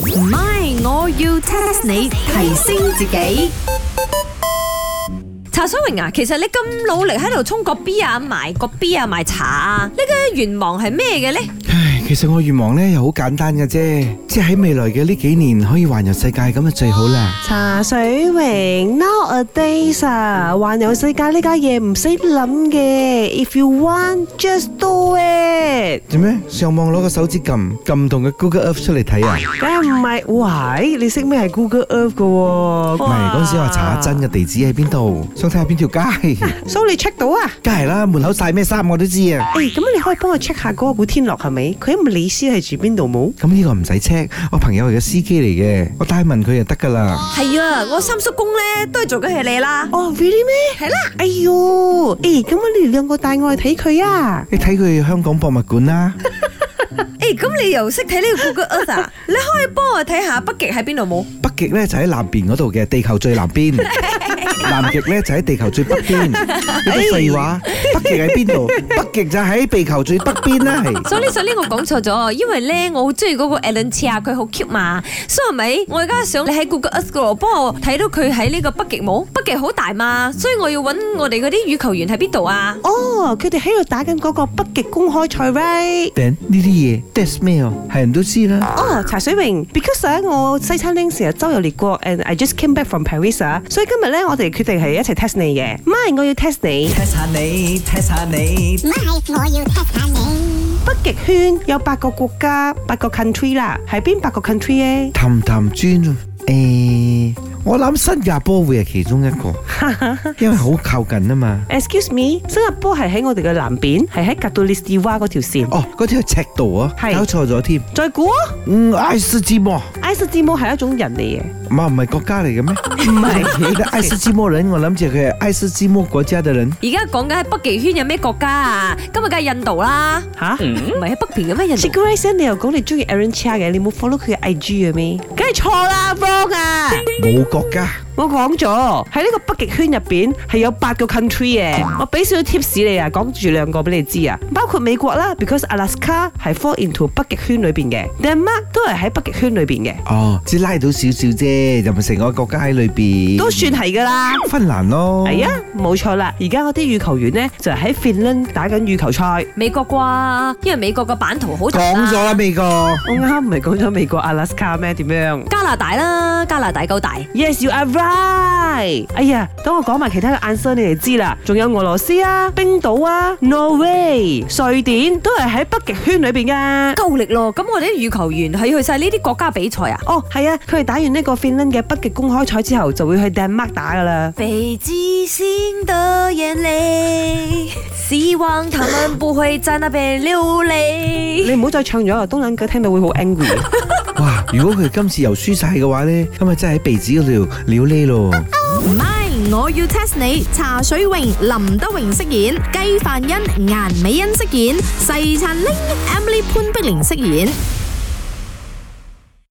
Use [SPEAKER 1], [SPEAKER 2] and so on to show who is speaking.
[SPEAKER 1] 唔係，我要 test 你提升自己。
[SPEAKER 2] 茶水榮啊，其實你咁努力喺度沖個 B 啊、賣個 B 啊、賣茶啊，你嘅願望係咩嘅呢？
[SPEAKER 3] 唉，其實我願望咧又好簡單嘅啫，即係喺未來嘅呢幾年可以環遊世界咁就最好啦。
[SPEAKER 4] 茶水榮，nowadays à, 啊，環遊世界呢家嘢唔使諗嘅，if you want，just do it。
[SPEAKER 3] 做咩？上網攞個手指撳撳同嘅 Google Earth 出嚟睇啊？
[SPEAKER 4] 梗係唔係，喂，你識咩係 Google Earth 噶
[SPEAKER 3] 唔
[SPEAKER 4] 喎？
[SPEAKER 3] 係嗰陣時話查下真嘅地址喺邊度，想睇下邊條街。
[SPEAKER 4] 所以你 check 到啊？
[SPEAKER 3] 梗係啦，門口晒咩衫我都知啊。
[SPEAKER 4] 誒，咁你可以幫我 check 下嗰個古天樂係咪？佢喺李斯係住邊度冇？
[SPEAKER 3] 咁呢個唔使 check，我朋友係個司機嚟嘅，我帶問佢就得噶啦。
[SPEAKER 2] 係啊，我三叔公呢都係做緊係你啦。
[SPEAKER 4] 哦，really 咩？
[SPEAKER 2] 係啦，
[SPEAKER 4] 哎喲，誒，咁我哋兩個帶我去睇佢啊！
[SPEAKER 3] 你睇佢去香港博物館啦，
[SPEAKER 2] 誒咁你又識睇呢個 Google Earth 啊？你可以幫我睇下北極喺邊度冇？
[SPEAKER 3] 北極咧就喺南邊嗰度嘅，地球最南 邊。南極咧就喺地球最北邊。你都廢話，北極喺 邊度？北極就喺地球最北邊啦，係。
[SPEAKER 2] 所以呢，所以呢，我講錯咗，因為咧我好中意嗰個 Alan Chia 佢好 cute 嘛，所以係咪？我而家想你喺 Google Earth 嗰度幫我睇到佢喺呢個北極冇？北極好大嘛，所以我要揾我哋嗰啲羽球員喺邊度啊？
[SPEAKER 4] 哦，佢哋喺度打緊嗰個北極公開賽 right？
[SPEAKER 3] 頂呢啲嘢 d e s m a i l 係人都知啦。
[SPEAKER 4] 哦，茶水榮，because ờ, 啊我西餐廳成日周遊列國，and I just came back from Paris 啊，所以今日咧我哋決定係一齊 test 你嘅，唔係我要 test 你
[SPEAKER 5] test 下你，test 下你
[SPEAKER 6] 咪，我要 test 下你。
[SPEAKER 4] 北極圈有八個國家，八個 country 啦，係邊八個 country 咧？
[SPEAKER 3] 氹氹轉，誒，我諗新加坡會係其中 一個，因為好靠近啊嘛。
[SPEAKER 4] Excuse me，新加坡係喺我哋嘅南邊，係喺格杜列士娃嗰條線。
[SPEAKER 3] 哦，嗰條係赤道啊，
[SPEAKER 4] 係
[SPEAKER 3] 搞錯咗添。
[SPEAKER 4] 再估啊，
[SPEAKER 3] 嗯，埃斯基摩，
[SPEAKER 4] 埃斯之摩係一種人嚟嘅，
[SPEAKER 3] 唔係唔係國家嚟嘅咩？
[SPEAKER 4] 唔 係。
[SPEAKER 3] 埃斯基摩人，我諗住佢係埃斯基摩國家嘅人。
[SPEAKER 2] 而家講緊喺北極圈有咩國家啊？今日梗係印度啦，
[SPEAKER 4] 嚇
[SPEAKER 3] 嗯
[SPEAKER 2] 唔係喺北邊嘅咩？印度
[SPEAKER 4] s i g r a s 你又講你中意 Aaron Chia 嘅，你冇 follow 佢嘅 IG 嘅咩？梗係錯啦，wrong 啊！
[SPEAKER 3] 冇國家，
[SPEAKER 4] 我講咗喺呢個北極圈入邊係有八個 country 嘅，我俾少少 tips 你啊，講住兩個俾你知啊，包括美國啦，because Alaska 係 fall into 北極圈裏邊嘅，Denmark 都係喺北極圈裏邊嘅，
[SPEAKER 3] 哦，只拉到少少啫，又唔係成個國家喺裏邊。
[SPEAKER 4] 都算係㗎啦。
[SPEAKER 3] 芬蘭咯。
[SPEAKER 4] 係啊，冇錯啦！而家嗰啲羽球員呢，就係喺 Finland 打緊羽球賽。
[SPEAKER 2] 美國啩，因為美國個版圖好大啦
[SPEAKER 3] 講咗啦，美國。
[SPEAKER 4] 我啱唔係講咗美國 Alaska 咩？點樣
[SPEAKER 2] 加拿大啦，加拿大夠大。
[SPEAKER 4] ？Yes, you are right。哎呀，等我講埋其他嘅 answer 你哋知啦。仲有俄羅斯啊、冰島啊、Norway、瑞典都係喺北極圈裏邊噶。
[SPEAKER 2] 夠力咯！咁我哋啲羽球員係去晒呢啲國家比賽啊？
[SPEAKER 4] 哦，係啊，佢哋打完呢個 Finland 嘅北極公開賽之後，就會去 Denmark 打噶啦。
[SPEAKER 2] 北極星的眼淚，希望他們不會在那邊流淚。
[SPEAKER 4] 你唔好再唱咗啊，東兩句聽到會好 angry 啊。
[SPEAKER 3] 哇！如果佢今次又輸晒嘅話咧，咁咪真係喺鼻子嗰度撩呢咯。
[SPEAKER 1] 唔係，我要 test 你。茶水榮、林德榮飾演，雞范欣、顏美欣飾演，細陳玲、Emily 潘碧玲飾演。